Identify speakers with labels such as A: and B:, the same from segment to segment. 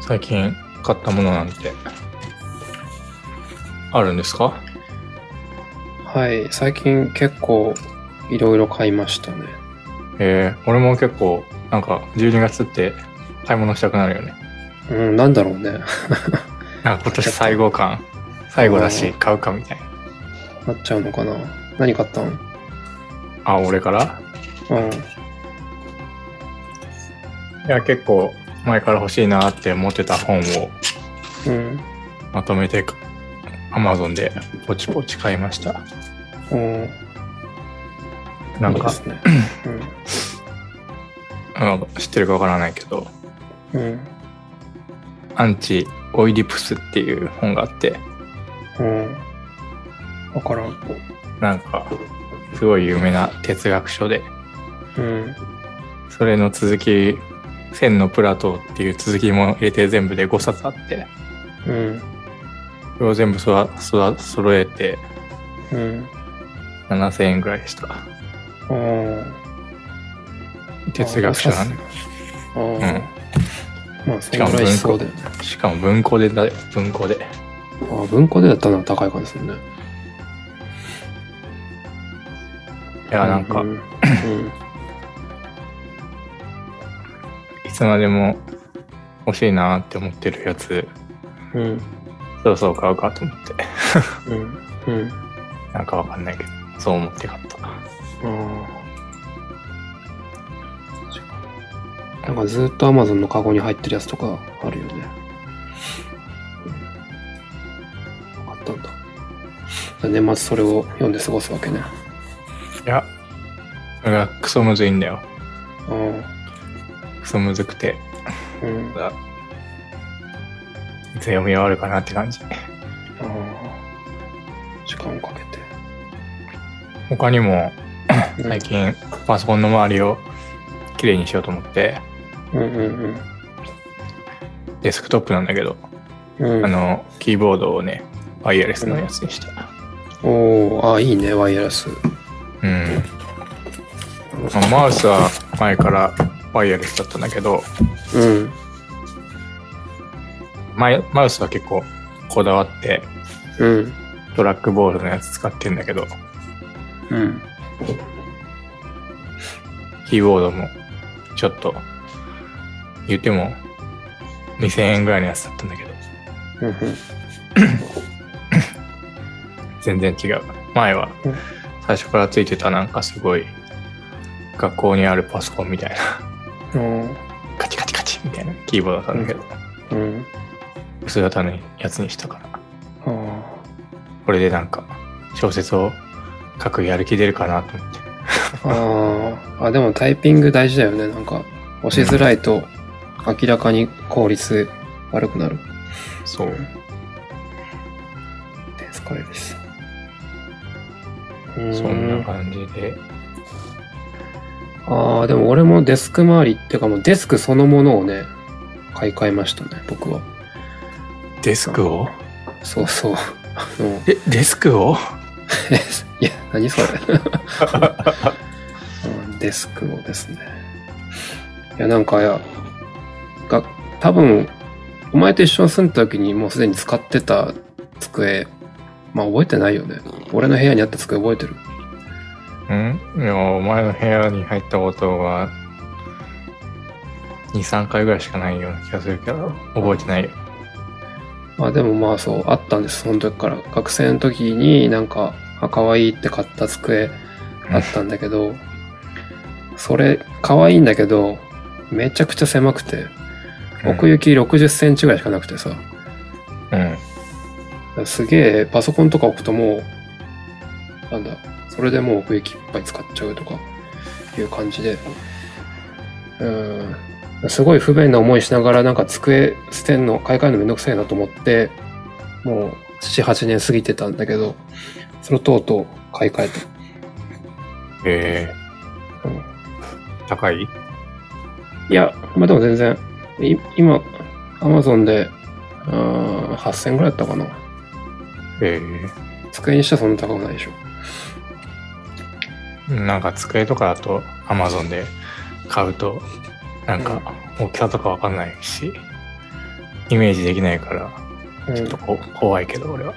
A: 最近買ったものなんてあるんですか
B: はい、最近結構いろいろ買いましたね。
A: えー、俺も結構なんか12月って買い物したくなるよね
B: うん、なんだろうね。
A: なんか今年最後感最後だし買うかみたいな
B: なっちゃうのかな。何買ったんうん。
A: あ俺からいや結構前から欲しいなって思ってた本を
B: うん。
A: まとめて Amazon でポチポチ買いました
B: うん。
A: なん
B: いいで
A: か
B: すね。
A: うん知ってるかわからないけど
B: うん。うん。
A: 「アンチ・オイディプス」っていう本があって
B: うん。わからん。
A: なんかすごい有名な哲学書で
B: うん。
A: それの続き「千のプラトー」っていう続きも入れて全部で5冊あって
B: うん。
A: それを全部そわそわ揃えて
B: うん。
A: 7000円ぐらいした
B: うん。
A: 哲学書なんだ
B: あ
A: う
B: ー
A: ん
B: まあ、そんぐらいしそうだよね。
A: しかも文庫でだよ文庫で
B: あー文庫でだったのは高い感じするね。
A: いやなんか
B: うん。うん
A: いつまでも欲しいなって思ってるやつ
B: うん。
A: そろそろ買うかと思って
B: うん。うん。
A: なんかわかんないけどそう思って買った
B: なんかずっと Amazon のカゴに入ってるやつとかあるよね。あったんだ。じゃあ年末それを読んで過ごすわけね。
A: いやそれがクソむずいんだよ
B: うん。
A: クソむずくて
B: うん。
A: ただいつ読み終わるかなって感じ
B: ああ。時間をかけて。
A: 他にも
B: うん
A: 最近パソコンの周りをきれいにしようと思って
B: うんうん
A: デスクトップなんだけど、
B: うん。うん、
A: あのキーボードをねワイヤレスのやつにした
B: おおああ、いいね、ワイヤレス。
A: うん、まあマウスは前からワイヤレスだったんだけど
B: うん。
A: 前マウスは結構こだわって
B: うん。
A: トラックボールのやつ使ってんだけど
B: うん。
A: キーボードもちょっと言っても2000円ぐらいのやつだったんだけど
B: うん
A: 全然違う前は
B: うん
A: 最初からついてたなんかすごい学校にあるパソコンみたいな
B: うん。
A: カチカチカチみたいなキーボードだったんだけど、
B: うん。うん。
A: 薄型のやつにしたから
B: ああ。
A: これでなんか小説を書くやる気出るかなと思って
B: あーあ、でもタイピング大事だよね。なんか、押しづらいと明らかに効率悪くなる。
A: そう
B: 手疲れるしさ。
A: そんな感じで
B: ああ、でも俺もデスク周りっていうかもうデスクそのものをね、買い替えましたね、僕は。
A: デスクを
B: そうそう。あの、
A: えデスクを
B: いや、何それ。うんデスクをですね。いや、なんか、いや、が、多分、お前と一緒に住んだ時にもうすでに使ってた机、まあ覚えてないよね。俺の部屋にあった机覚えてる。
A: うんいやお前の部屋に入ったことは23回ぐらいしかないような気がするけど覚えてないよ
B: まあでもまあそう、あったんです、その時から。学生の時になんか、あ、可愛いって買った机あったんだけど、それ、可愛いんだけど、めちゃくちゃ狭くて、奥行き60センチぐらいしかなくてさ、
A: うん
B: すげえパソコンとか置くともう、なんだ、それでもう奥行きいっぱい使っちゃうとかいう感じで、うん、すごい不便な思いしながらなんか机捨てんの、買い替えるのめんどくさいなと思って、もう7、8年過ぎてたんだけど、それをとうとう買い替え
A: え
B: た。うん
A: ー、高い
B: いや、まあでも全然、い今、アマゾンで、うん、8000ぐらいだったかな。
A: えー
B: 机にしてはそんな高くないでしょ。
A: なんか机とかだと Amazon で買うとなんか大きさとかわかんないしイメージできないから、
B: うん
A: ちょっとこ怖いけど、俺は。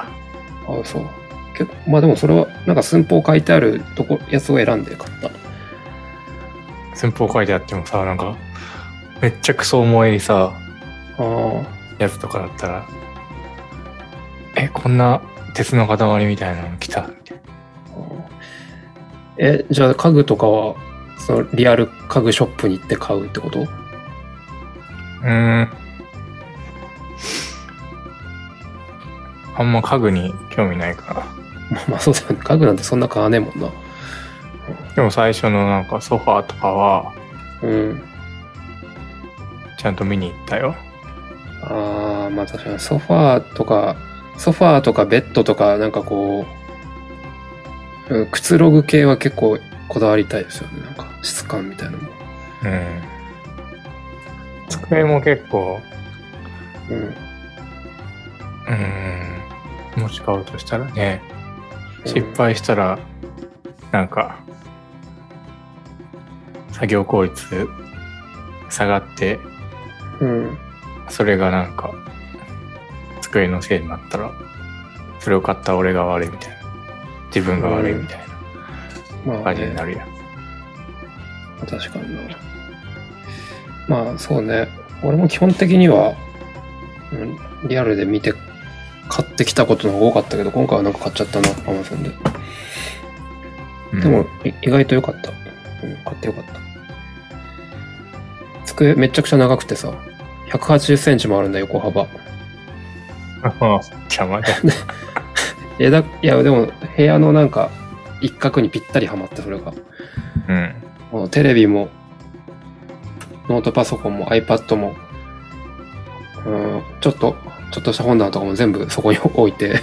B: あそう。けまあでもそれは、なんか寸法書いてあるとこ、やつを選んで買った。
A: 寸法書いてあってもさ、なんか、めっちゃクソ重いさ、
B: あ
A: やつとかだったら、え、こんな鉄の塊みたいなの来たみたいな
B: あああ。え、じゃあ家具とかは、そのリアル家具ショップに行って買うってこと
A: うーん。あんま家具に興味ないから。
B: まあまあそうだよね。家具なんてそんな買わねえもんな。
A: でも最初のなんかソファーとかは、
B: うん。
A: ちゃんと見に行ったよ。
B: ああ、まあ確かにソファーとか、ソファーとかベッドとか、なんかこう、うんくつろぐ系は結構こだわりたいですよね。なんか質感みたいなのも。
A: うん。机も結構、
B: うん。
A: うーん、持ち買おうとしたらね、失
B: うん。
A: 敗したら、なんか、作業効率下がって、
B: うん。
A: それがなんか、机のせいになったら、それを買った俺が悪いみたいな。自分が悪いみたい
B: ま
A: な
B: あ、
A: 感じに
B: ね、
A: なるやん。
B: 確かにな。まあそうね。俺も基本的には、うん、リアルで見て買ってきたことの方が多かったけど、今回はなんか買っちゃったな、アマゾンで。
A: うん
B: で も、い意外と良かった。うん、買って良かった。机めっちゃくちゃ長くてさ、180センチもあるんだ、横幅。
A: 邪魔だ。
B: 枝、いや、でも、部屋のなんか、一角にぴったりはまって、それが。
A: うん。
B: もうテレビも、ノートパソコンも iPad も、うん、ちょっと、ちょっとした本棚とかも全部 そこに置いて、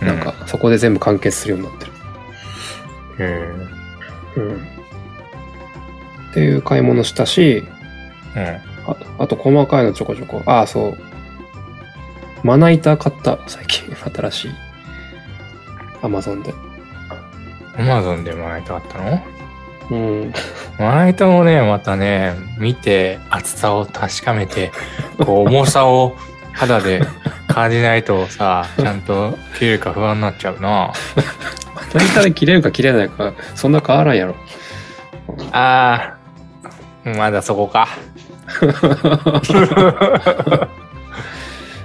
B: なんか、そこで全部完結するようになってる。
A: うん。へ
B: うん。っていう買い物したし、
A: え
B: ああと細かいのちょこちょこ。ああ、そう。まな板買った、最近。 新しい。アマゾンで。
A: うん。アマゾンでまな板あったの
B: うん。
A: まな板もね、またね、見て、厚さを確かめて、こう、重さを肌で感じないと さ、ちゃんと切れるか不安になっちゃうな。
B: まな板で切れるか切れないか、そんな変わらんやろ。
A: あー、まだそこ か。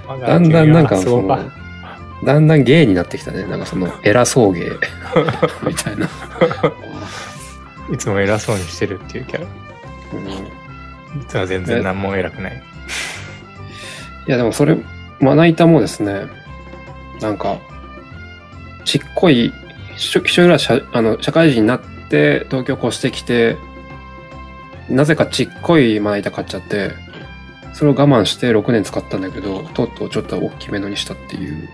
A: ま
B: だんだんなんか、
A: 君は
B: そ
A: そこ
B: の
A: か。、
B: だんだん芸になってきたね。なんかその、偉そ う芸。みたいな。
A: いつも偉そうにしてるっていうキャラ。
B: うん、い
A: 実は全然何も偉くない。
B: や、でもそれ、まな板もですね、なんか、ちっこい、一緒一緒ぐらい社あの社会人になって、東京越してきて、なぜかちっこいまな板買っちゃって、それを我慢して6年使ったんだけど、とうとうちょっと大きめのにしたっていう、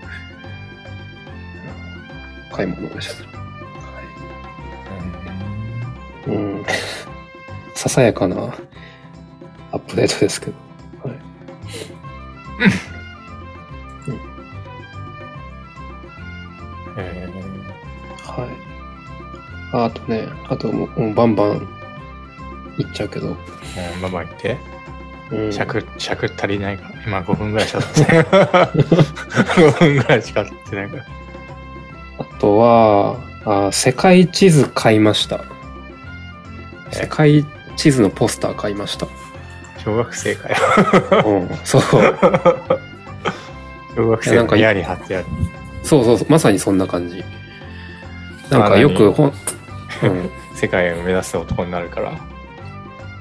B: 買い物でした。うん。ささやかなアップデートですけど。はい。
A: え
B: はい。ああとね、あともうもうバンバンいっちゃうけど。
A: ー、うんママ言って。
B: うん、
A: 尺、尺足りないから。今5分ぐらいしか経ってない。5分ぐらいしか経ってないから。
B: あとはあー、世界地図買いました。
A: え
B: 世界地図のポスター買いました。
A: 小学生かよ。
B: うん、 そう。そう
A: 小学生のやり貼ってある。
B: そうそう、まさにそんな感じ。なんかよくほん、うん。
A: 世界を目指す男になるから。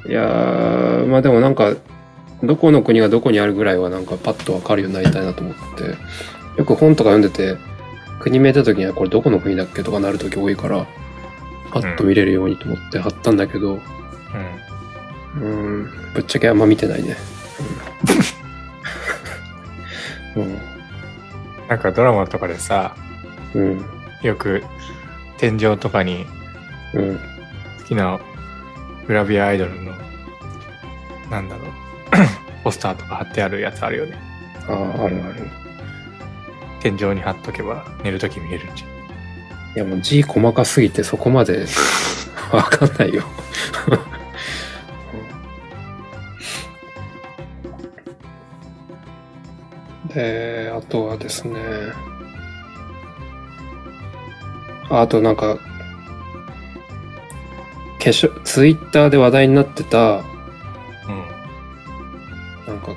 B: いやー、まあでもなんか、どこの国がどこにあるぐらいはなんかパッとわかるようになりたいなと思って、よく本とか読んでて、国見えた時にはこれどこの国だっけとかなる時多いから、パッと見れるようにと思って貼ったんだけど、う
A: う
B: ーん、ぶっちゃけあんま見てないね。うん。
A: ん。なんかドラマとかでさ、
B: うん。
A: よく天井とかに
B: うん。
A: 好きなグラビアアイドルの、なんだろう、 ポスターとか貼ってあるやつあるよね。
B: ああ、あるある。
A: 天井に貼っとけば寝るとき見えるんじゃん。
B: いやもう字細かすぎてそこまでわかんないよ。で、あとはですね。ああとなんか、化粧、ツイッターで話題になってた、
A: うん。
B: なんか、化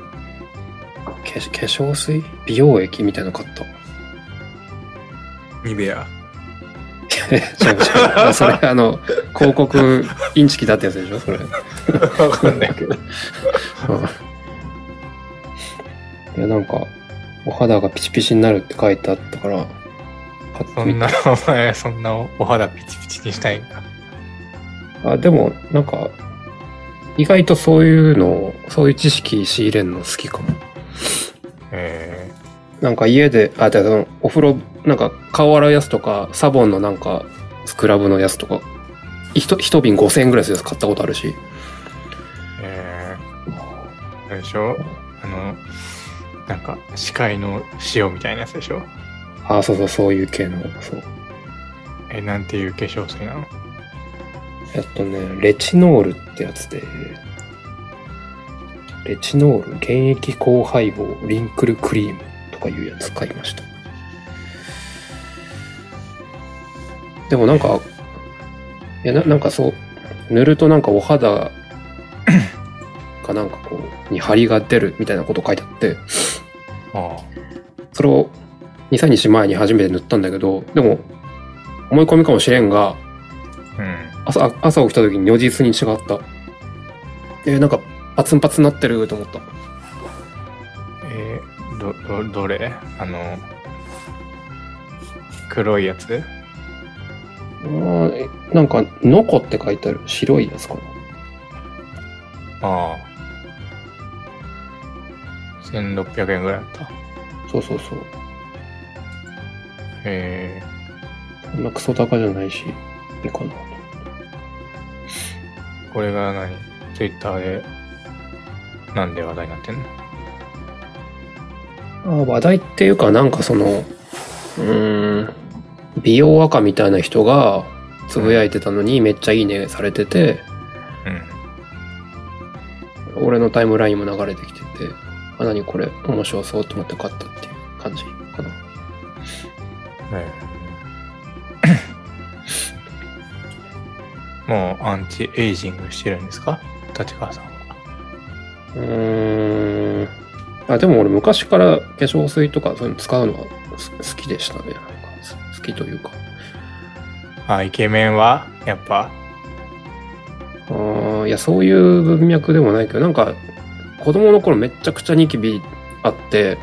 B: 粧化粧水美容液みたいなの買った。
A: ニベア。
B: え、違う違う。それ、あの、広告、インチキだったやつでしょそれ。
A: わかんないけど。
B: いや、なんか、お肌がピチピチになるって書いてあったから、買って
A: そ
B: み
A: ん
B: た
A: な、お前、そんなお肌ピチピチにしたいんだ。
B: あ、でも、なんか、意外とそういうの、そういう知識仕入れるの好きかも。
A: え
B: なんか家で、あ、だからそのお風呂、なんか顔洗うやつとか、サボンのなんか、スクラブのやつとか、ひと一瓶5000円ぐらいするやつ買ったことあるし。
A: ー、えー、あれでしょあの、なんか、視界の塩みたいなやつでしょ
B: あ、そうそう、そういう系の、そう。
A: え、なんていう化粧水なの
B: えっとね、レチノールってやつで、レチノール、原液高配合、リンクルクリームとかいうやつ買いました。でもなんか、いやな、なんかそう、塗るとなんかお肌 がなんかこう、に張りが出るみたいなこと書いてあって、
A: あ
B: それを2、3日前に初めて塗ったんだけど、でも、思い込みかもしれん
A: あ。
B: が、
A: うん。
B: 朝、朝起きた時に如実に違った。えーなんか、パツンパツンなってると思った。
A: えー、ど、ど、どれあの、黒いやつ
B: あーえなんか、ノコって書いてある。白いやつかな。
A: ああ。1600円ぐらいだった。
B: そうそうそう。
A: え
B: そんなクソ高じゃないし、いいかな
A: ー、
B: と。
A: これが何ツイッターで、なんで話題になってんの
B: あー話題っていうか、なんかその、うーん、美容赤みたいな人が、つぶやいてたのにめっちゃいいねされてて、俺のタイムラインも流れてきてて、あ、何これ面白そうと思って買ったっていう感じかな。
A: うん。えー、 もうアンチエイジングしてるんですか立川さんは。
B: うーん。あ、でも俺昔から化粧水とかそういうの使うのはす好きでしたね。なんかす好きというか。
A: あ、イケメンはやっぱ、
B: あーいや、そういう文脈でもないけど、なんか子供の頃めっちゃくちゃニキビあって、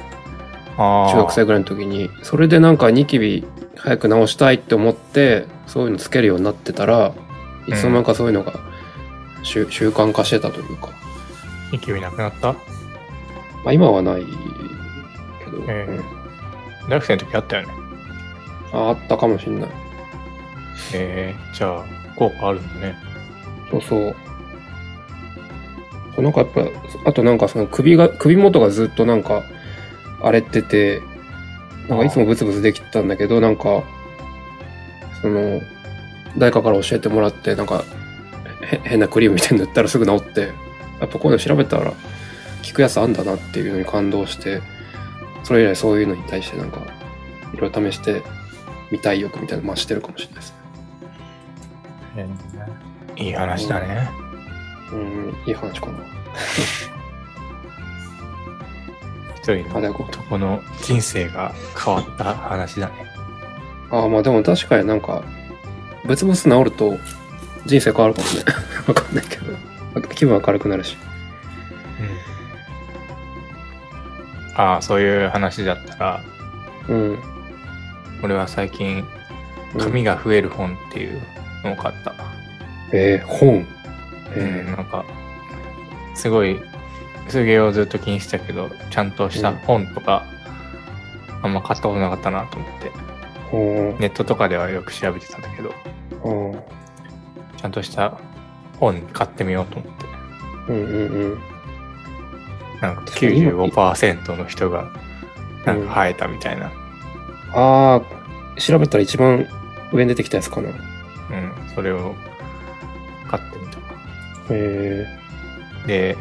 A: ああ。
B: 中学生ぐらいの時に、それでなんかニキビ早く治したいって思って、そういうのつけるようになってたら、いつの間にかそういうのが習習慣化してたというか。
A: ニキビなくなった
B: まあ今はないけど、
A: ええ
B: うん
A: 大学生の時あったよね。
B: ああったかもしんない。
A: えー、じゃあ、効果あるんだね。
B: そうそう。そうなんかやっぱ、あとなんかその首が、首元がずっとなんか荒れてて、なんかいつもブツブツできてたんだけど、なんか、その、誰かから教えてもらって、なんか、へ変なクリームみたいに塗ったらすぐ治って、やっぱこういうの調べたら、効くやつあんだなっていうのに感動して、それ以来そういうのに対してなんか、いろいろ試して、みたい欲みたいなの増してるかもしれないですね。
A: えー、いい話だね。
B: うん、いい話かな。
A: 一人
B: あ、で
A: の
B: も
A: 男の人生が変わった話だね。
B: ああ、まあでも確かになんか、ブツブツ治ると人生変わるかもね。 わかんないけど。気分明るくなるし。
A: うん。ああ、そういう話だったら、
B: うん。
A: 俺は最近、
B: うん
A: 髪が増える本っていうのを買った。
B: えー、本。
A: うん、
B: え
A: なんか、すごい、薄毛をずっと気にしてたけど、ちゃんとした本とか、あんま買ったことなかったなと思って、
B: ー、本。
A: ネットとかではよく調べてたんだけど、
B: うん
A: ちゃんとした本買ってみようと思って。
B: うんうん
A: なんか
B: かに今
A: 95%の人がなんか生えたみたいな、
B: ああ、調べたら一番上に出てきたやつかな。
A: うん、それを買ってみた。
B: え
A: で、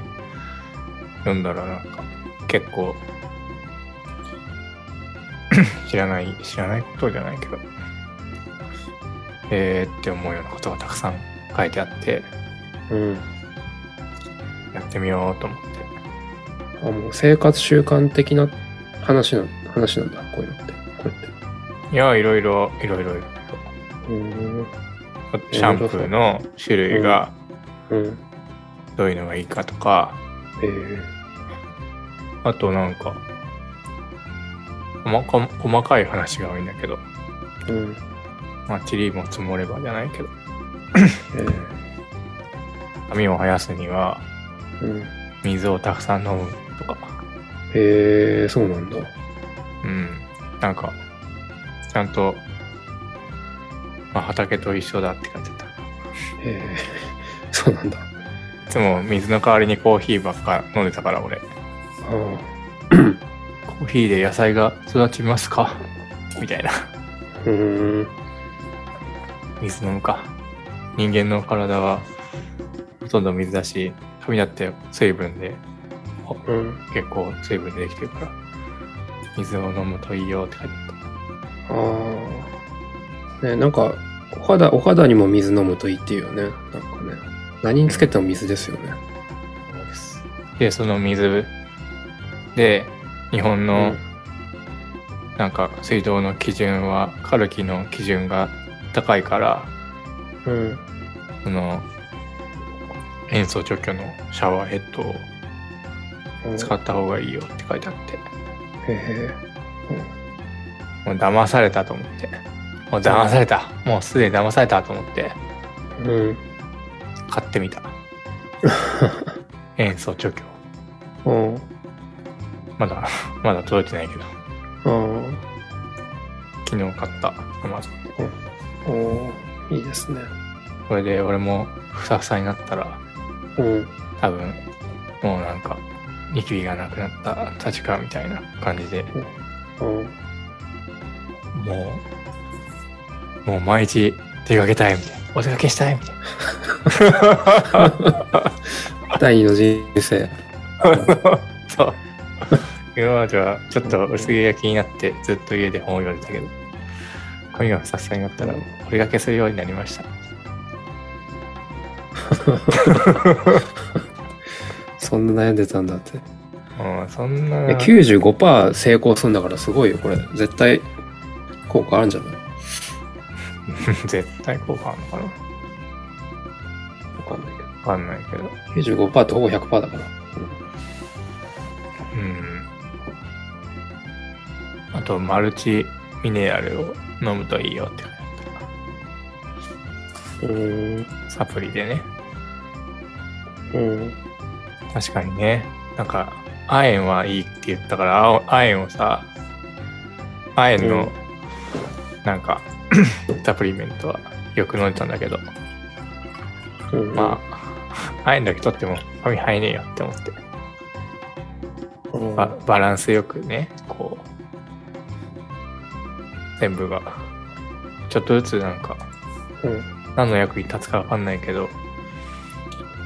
A: 読んだらなんか結構 知らない、知らないことじゃないけど、えーって思うようなことがたくさん書いてあって、
B: うん。
A: やってみようと思って。
B: あ、もう生活習慣的な話な、話なんだ、こういうのって。これって。
A: いや、いろいろ、いろいろ、いろいろ
B: うん。
A: シャンプーの種類が
B: うん。
A: どういうのがいいかとか、
B: えー、
A: あとなんか、細か細かい話が多いんだけど、
B: うん。
A: まあ、チリも積もればじゃないけど、
B: えー、
A: 髪を生やすには
B: うん。
A: 水をたくさん飲むとか、
B: えー、そうなんだ。
A: うん、なんか、ちゃんと、まあ、畑と一緒だって感じだった。
B: えー、そうなんだ。
A: いつも水の代わりにコーヒーばっか飲んでたから俺、コ
B: ああ。
A: ーヒーで野菜が育ちますか みたいな。
B: うん。
A: 水飲むか。人間の体はほとんど水だし、髪だって水分で、
B: うん。
A: 結構水分でできてるから、水を飲むといいよって書いてあっ
B: ああ。ね、なんか、お肌、お肌にも水飲むといいっていうよね。なんかね。何につけても水ですよね。
A: たそうです。で、その水で、日本のなんか水道の基準は、カルキの基準が高いから、
B: うん。
A: その、塩素除去のシャワーヘッドを
B: うん。
A: 使
B: っ
A: った方がいいよって書いてあって、
B: へえ。うん
A: もう騙されたと思って。もう騙された。もうすでに騙されたと思って、
B: うん。
A: 買ってみた。塩素除去。
B: うん。
A: まだ、 まだ届いてないけど、
B: うん。
A: 昨日買った。まず。
B: おおーいいですね。
A: これで俺もふさふさになったら、
B: うん。
A: 多分、もうなんか、ニキビがなくなった立川みたいな感じで、
B: うん。
A: もう、もう毎日出かけたいみたいな。お出かけしたいみたいな。
B: 第二の人生。
A: そう。今まではちょっと薄毛が気になってずっと家で本を読んでたけど、髪がふさふさになったらお出かけするようになりました。
B: そんな悩んでたんだって。
A: うん、そんな。
B: え95%成功するんだからすごいよ、これ。絶対効果あるんじゃない
A: 絶対効果あるのかなわ
B: わかんないけど。
A: かんないけど。
B: 95%ってほぼ100%だから。
A: うん。あと、マルチミネラルを飲むといいよって書いてあっ
B: うん。
A: たサプリでね。
B: うん。
A: 確かにね。なんか、亜鉛はいいって言ったから、あお亜鉛をさ、亜鉛の、なんか、 サプリメントはよく飲んでたんだけど、
B: うん、
A: まあ、亜鉛だけ取っても髪生えねえよって思って、
B: うん
A: ババランスよくね、こう、全部が、ちょっとずつなんか、
B: うん。
A: 何の役に立つかわかんないけど、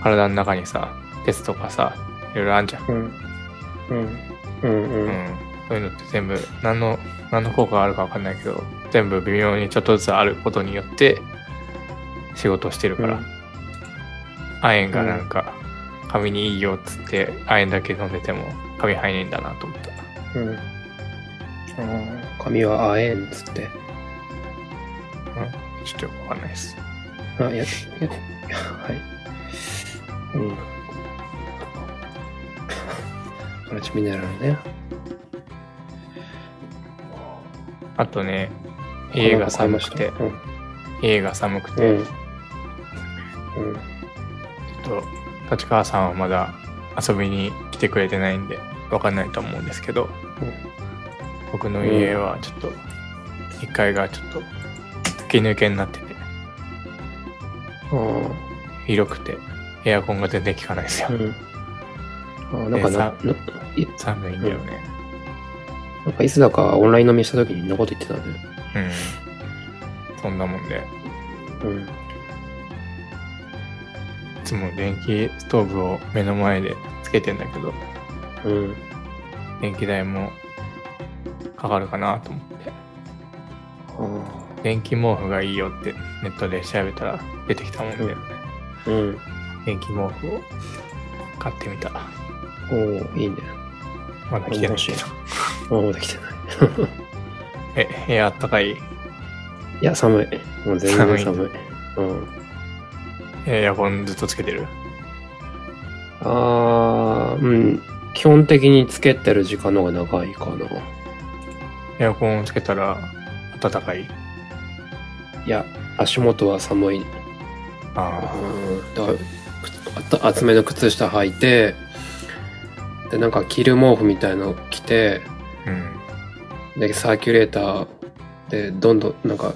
A: 体の中にさ、鉄とかさ、いろいろあんじゃん。
B: うん。うん。うん。う。
A: うんん、そういうのって全部何の何の効果があるか分かんないけど全部微妙にちょっとずつあることによって仕事をしてるから、
B: うん
A: 亜鉛がなんか髪にいいよっつって亜鉛だけ飲んでても髪入んねえんだなと思った
B: うん。ああ、髪はあえんっつって。
A: ちょっとよく分かんないです
B: あ、いや、いや、いやはい。うん。マルチミネラルね。
A: あとね家が寒くて
B: この
A: 家が寒く
B: 子買い
A: て、
B: ました。うん。うん。
A: ちょっと立川さんはまだ遊びに来てくれてないんで分かんないと思うんですけど
B: うん
A: 僕の家はちょっと1階がちょっと吹き抜けになってて
B: うん。あ
A: 広くてエアコンが全然効かないですよ
B: あ、うん。ああ、なんかな、
A: で
B: な、い
A: 寒いんだよね
B: なんかいつだかオンライン飲みした時にんなこと言ってたね。
A: うんそんなもんで
B: うん。
A: いつも電気ストーブを目の前でつけてんだけど
B: うん。
A: 電気代もかかるかなと思って
B: あ
A: 電気毛布がいいよってネットで調べたら出てきたもんで、
B: うんあ。うん。
A: 電気毛布を買ってみた
B: おおいいね。
A: まだ来てないけど
B: あ、まだ来てない。
A: え部屋あったかい
B: いや、寒い。もう全然寒い。
A: 寒
B: うん。
A: エアコンずっとつけてる
B: あー、うん。基本的につけてる時間の方が長いかな。
A: エアコンをつけたら暖かい
B: いや、足元は寒い。うん。
A: あ
B: だから靴あた厚めの靴下履いて、で、なんか、着る毛布みたいの着て、
A: あうん
B: で、サーキュレーターで、どんどん、なんか、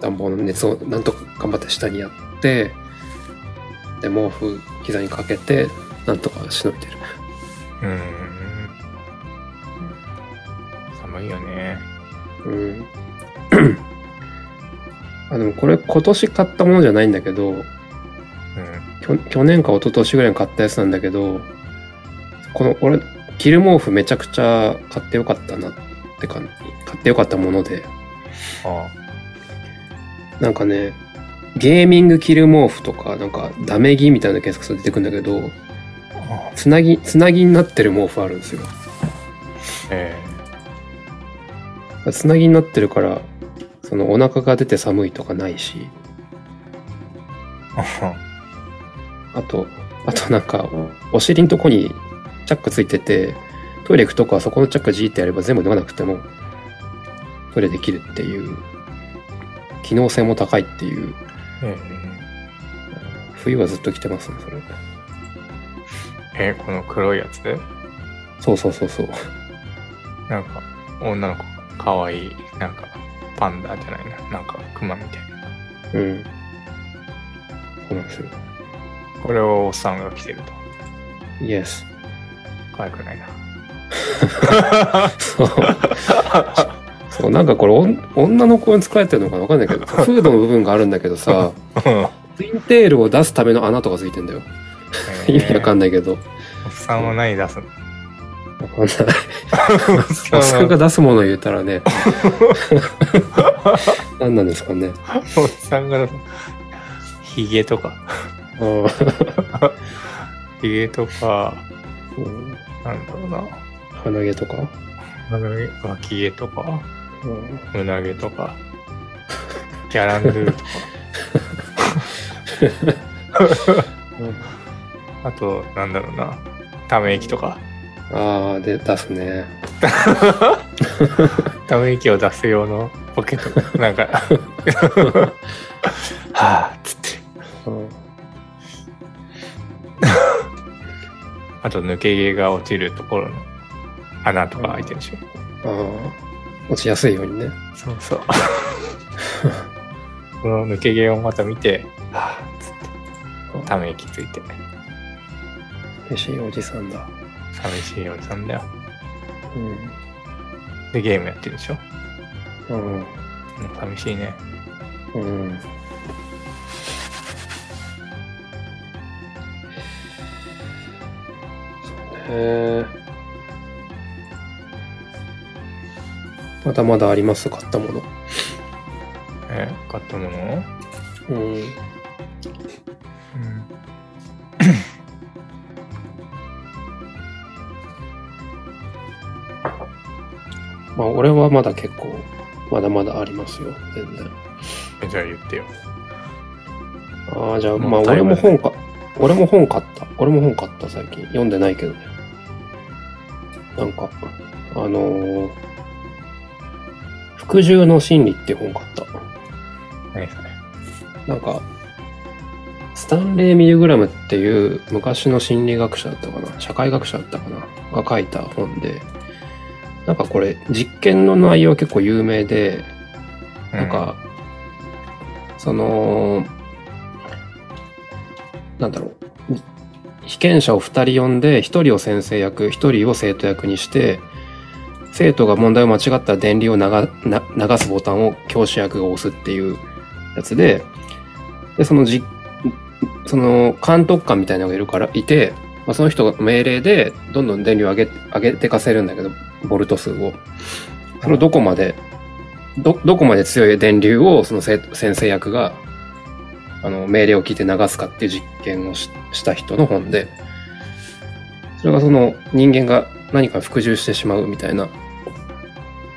B: 暖房の熱をなんとか頑張って下にやって、で、毛布膝にかけて、なんとかしのいでる。
A: うーん寒いよね
B: うん。 あ、でもこれ今年買ったものじゃないんだけど、
A: うん
B: きょ去年か一昨年ぐらいに買ったやつなんだけど、この、俺、着る毛布めちゃくちゃ買ってよかったなって感じ。買ってよかったもので、
A: あ
B: なんかね、ゲーミング着る毛布とか、なんかダメ着みたいな検索すると出てくるんだけど、
A: あ
B: つなぎ、つなぎになってる毛布あるんですよ。
A: え
B: つなぎになってるから、そのお腹が出て寒いとかないし、
A: えあ
B: あと、あとなんか、お尻のとこにチャックついてて、トイレ行くとこはそこのチャックじーってやれば全部脱がなくても、トイレできるっていう、機能性も高いっていう、
A: え
B: 冬はずっと着てますね、それ。
A: えこの黒いやつ
B: そうそうそうそう。
A: なんか女の子かわいいなんかパンダじゃないななんかクマみたいな
B: うん。そうなんですよ。
A: これをおっさんが着てると
B: イエス。
A: 可愛くないな
B: そう。そう、なんかこれ、おん女の子に使われてるのかなわかんない けど、フードの部分があるんだけどさ、
A: うん
B: ツインテールを出すための穴とかついてんだよ。意味わかんないけど。
A: おっさんは何出すの
B: わかんない。
A: おっ
B: お
A: さ
B: っさん
A: んは
B: が出すものを言ったら ね、何なんですかね。
A: おっさんがヒゲとか
B: うん
A: ヒゲとかなんだろうな
B: 鼻毛とか、
A: 胸毛脇毛とか
B: うん
A: 胸毛とかギャランドゥとかあとなんだろうなため息とか
B: ああ、で、出すね。
A: ため息を出す用のポケットなん かはあっつって
B: うん
A: あと抜け毛が落ちるところの穴とか開いてるでしょ
B: ああ、落ちやすいようにね。
A: そうそう。 この抜け毛をまた見て、はぁ、つって、ため息ついて、
B: 嬉しいおじさんだ。
A: 寂しいおじさんだよ。
B: うん。
A: で、ゲームやってるでしょ
B: うん。
A: もう寂しいね。
B: うん。そうね。まだまだあります、買ったもの。
A: え買ったもの
B: うん。
A: うん。
B: まあ、俺はまだ結構、まだまだありますよ、全然。
A: えじゃあ言ってよ。
B: ああ、じゃあ、
A: もう
B: まあ、
A: タイ
B: 俺
A: ム
B: も
A: だね
B: 本か、俺も本買った。俺も本買った、最近。読んでないけどね。なんか、あのー、服従の心理っていう本買った。
A: 何それ。
B: なんか、スタンレー・ミルグラムっていう昔の心理学者だったかな社会学者だったかなが書いた本で、なんかこれ、実験の内容結構有名で、
A: う
B: なん、か、その、なんだろう。被験者を2人呼んで、1人を先生役、1人を生徒役にして、生徒が問題を間違ったら電流を流な流すボタンを教師役が押すっていうやつで、で、そのじ、その監督官みたいなのがいるから、いて、まあ、その人が命令で、どんどん電流を上げ、上げてかせるんだけど、ボルト数を。それをどこまで、ど、どこまで強い電流をそのせ先生役が、あの、命令を聞いて流すかっていう実験をしした人の本で、それがその人間が何かに服従してしまうみたいな、う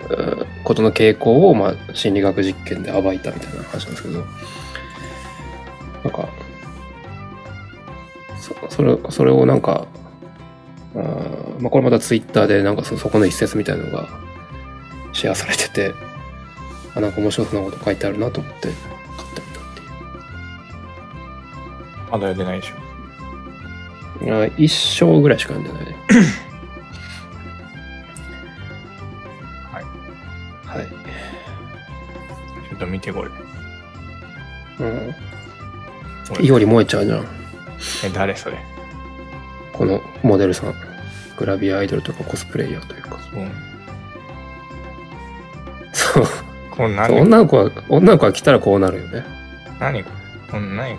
B: ーことの傾向を、まあ、心理学実験で暴いたみたいな話なんですけど、なんか、そそれそれをなんか、あーまあ、これまたツイッターでなんかそそこの一節みたいなのがシェアされてて、あ、なんか面白そうなこと書いてあるなと思って買ってみたっていう。
A: まだ読んでないでしょ。
B: あ一章ぐらいしか読んでないね。
A: はい。
B: はい。
A: ちょっと見てこれ。
B: うん。より燃えちゃうじゃん。
A: え、誰それ。
B: このモデルさん。グラビアアイドルとかコスプレイヤーというか。
A: うん。
B: そう。
A: こんな
B: そう
A: に、
B: 女の子は、女の子が来たらこうなるよね。
A: 何これこんなに、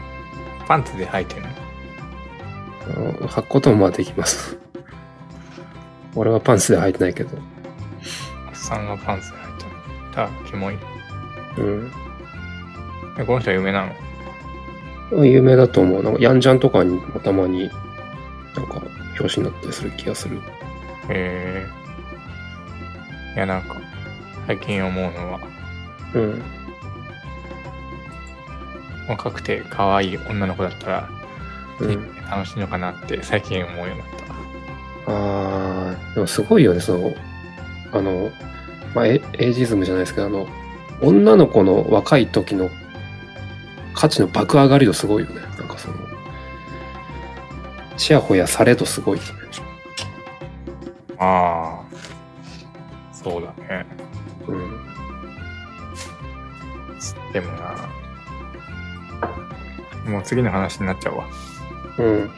A: パンツで履いてんの
B: うん履くこともまあできます。俺はパンツで履いてないけど。
A: おっさんがパンツで履いてる。だ、キモい。
B: うん。
A: え、この人は有名なの
B: 有名だと思う。なんか、ヤンジャンとかにもたまに、なんか、表紙になったりする気がする。
A: えー。いや、なんか、最近思うのは、
B: うん。
A: 若くて可愛い女の子だったら、
B: うん。
A: 楽しいのかなって最近思うようになった。
B: あー、でもすごいよね、その、あの、まあ、エエイジズムじゃないですけど、あの、女の子の若い時の価値の爆上がり度すごいよね。なんかその、ちやほやされとすごい。
A: ああ、そうだね。
B: うん。
A: でもな、もう次の話になっちゃうわ。
B: うん。